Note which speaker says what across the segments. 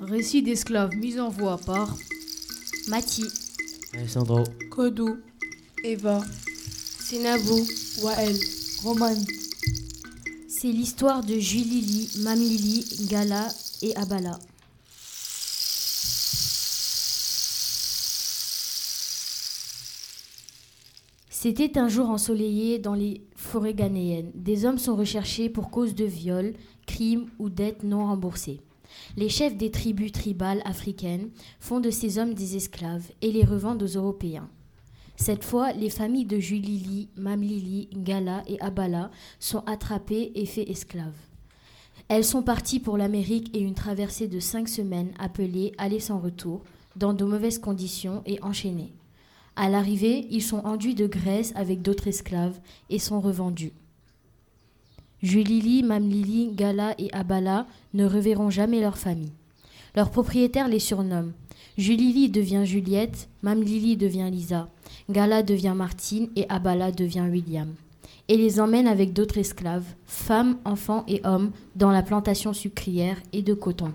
Speaker 1: Récit d'esclaves mis en voix par
Speaker 2: Mati,
Speaker 3: Alessandro,
Speaker 4: Kodou, Eva,
Speaker 2: Sénabou,
Speaker 4: Wael, Roman.
Speaker 2: c'est l'histoire de Julili, Mamili, Gala et Abala. C'était un jour ensoleillé dans les forêts ghanéennes. Des hommes sont recherchés pour cause de viol, crimes ou dettes non remboursées. Les chefs des tribus tribales africaines font de ces hommes des esclaves et les revendent aux Européens. Cette fois, les familles de Julili, Mamlili, Gala et Abala sont attrapées et fait esclaves. Elles sont parties pour l'Amérique et une traversée de cinq semaines appelée Aller sans retour, dans de mauvaises conditions et enchaînées. À l'arrivée, ils sont enduits de graisse avec d'autres esclaves et sont revendus. Julili, Mamlili, Gala et Abala ne reverront jamais leur famille. Leurs propriétaires les surnomment. Julili devient Juliette, Mamlili devient Lisa, Gala devient Martine et Abala devient William. Et les emmènent avec d'autres esclaves, femmes, enfants et hommes, dans la plantation sucrière et de coton.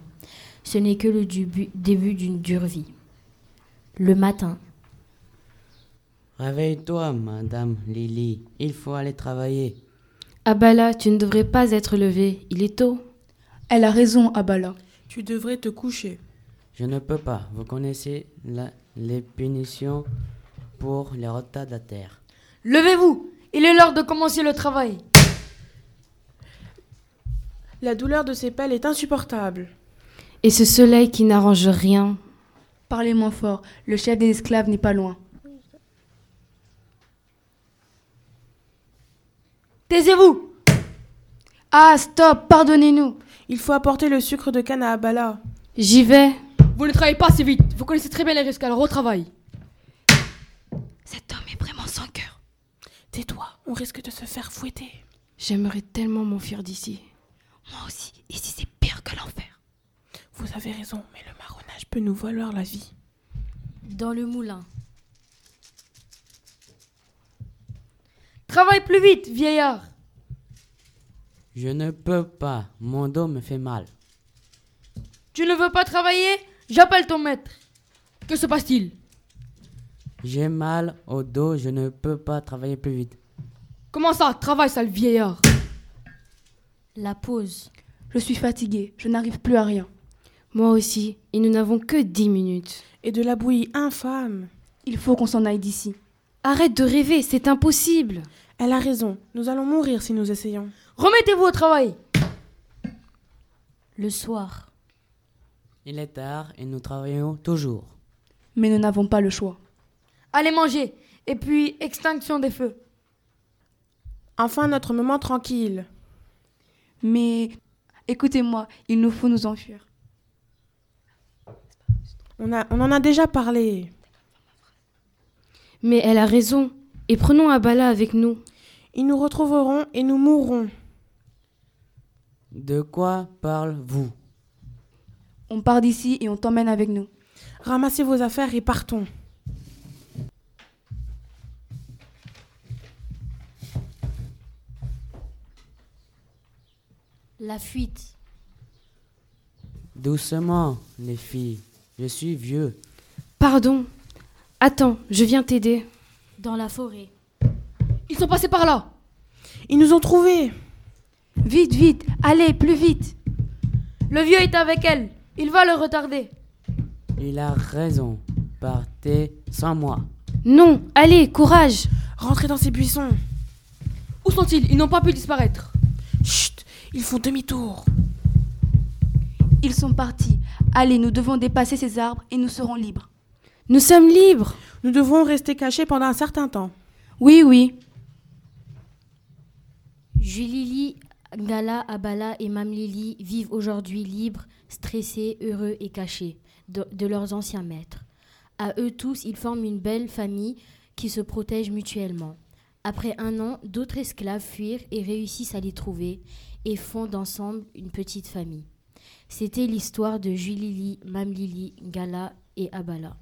Speaker 2: Ce n'est que le dubu- début d'une dure vie. Le matin,
Speaker 3: réveille-toi, madame Lily, il faut aller travailler.
Speaker 5: Abala, tu ne devrais pas être levé, il est tôt.
Speaker 4: Elle a raison, Abala. Tu devrais te coucher.
Speaker 3: Je ne peux pas, vous connaissez la- les punitions pour les retardataires.
Speaker 6: Levez-vous Il est l'heure de commencer le travail.
Speaker 4: La douleur de ses pelles est insupportable.
Speaker 5: Et ce soleil qui n'arrange rien.
Speaker 7: Parlez moins fort, le chef des esclaves n'est pas loin.
Speaker 6: Taisez-vous
Speaker 7: Ah, stop, pardonnez-nous.
Speaker 4: Il faut apporter le sucre de canne à Abala.
Speaker 5: J'y vais.
Speaker 6: Vous ne travaillez pas assez vite. Vous connaissez très bien les risques, alors au travail.
Speaker 5: Cet homme est vraiment sans cœur.
Speaker 4: Tais-toi, on risque de se faire fouetter.
Speaker 5: J'aimerais tellement m'enfuir d'ici.
Speaker 8: Moi aussi, ici c'est pire que l'enfer.
Speaker 4: Vous avez raison, mais le marronnage peut nous valoir la vie.
Speaker 2: dans le moulin,
Speaker 6: Travaille plus vite, vieillard
Speaker 3: Je ne peux pas, mon dos me fait mal.
Speaker 6: Tu ne veux pas travailler J'appelle ton maître. Que se passe-t-il
Speaker 3: J'ai mal au dos, je ne peux pas travailler plus vite.
Speaker 6: Comment ça Travaille, sale vieillard
Speaker 2: la pause,
Speaker 7: Je suis fatiguée, je n'arrive plus à rien.
Speaker 5: Moi aussi, et nous n'avons que dix minutes.
Speaker 4: Et de la bouillie infâme.
Speaker 7: Il faut qu'on s'en aille d'ici.
Speaker 5: Arrête de rêver, c'est impossible.
Speaker 4: Elle a raison, nous allons mourir si nous essayons.
Speaker 6: Remettez-vous au travail
Speaker 2: le soir,
Speaker 3: Il est tard et nous travaillons toujours.
Speaker 7: Mais nous n'avons pas le choix.
Speaker 6: Allez manger Et puis, extinction des feux.
Speaker 4: Enfin notre moment tranquille.
Speaker 7: Mais écoutez-moi, il nous faut nous enfuir.
Speaker 4: On, a, on en a déjà parlé.
Speaker 5: Mais elle a raison. Et prenons Abala avec nous.
Speaker 4: Ils nous retrouveront et nous mourrons.
Speaker 3: De quoi parle-vous
Speaker 7: On part d'ici et on t'emmène avec nous.
Speaker 4: Ramassez vos affaires et partons.
Speaker 2: la fuite,
Speaker 3: Doucement, les filles, je suis vieux.
Speaker 5: Pardon. Attends, je viens t'aider.
Speaker 2: dans la forêt,
Speaker 6: Ils sont passés par là
Speaker 4: Ils nous ont trouvés.
Speaker 7: Vite, vite, allez, plus vite.
Speaker 6: Le vieux est avec elle. Il va le retarder.
Speaker 3: Il a raison, partez sans moi.
Speaker 5: Non, allez, courage.
Speaker 4: Rentrez dans ces buissons.
Speaker 6: Où sont-ils Ils n'ont pas pu disparaître.
Speaker 4: Chut, ils font demi-tour.
Speaker 7: Ils sont partis. Allez, nous devons dépasser ces arbres et nous serons libres.
Speaker 5: Nous sommes libres.
Speaker 4: Nous devrons rester cachés pendant un certain temps.
Speaker 7: Oui, oui.
Speaker 2: Julili, Gala, Abala et Mamlili vivent aujourd'hui libres, stressés, heureux et cachés de, de leurs anciens maîtres. À eux tous, ils forment une belle famille qui se protège mutuellement. Après un an, d'autres esclaves fuirent et réussissent à les trouver et fondent ensemble une petite famille. C'était l'histoire de Julili, Mamlili, Gala et Abala.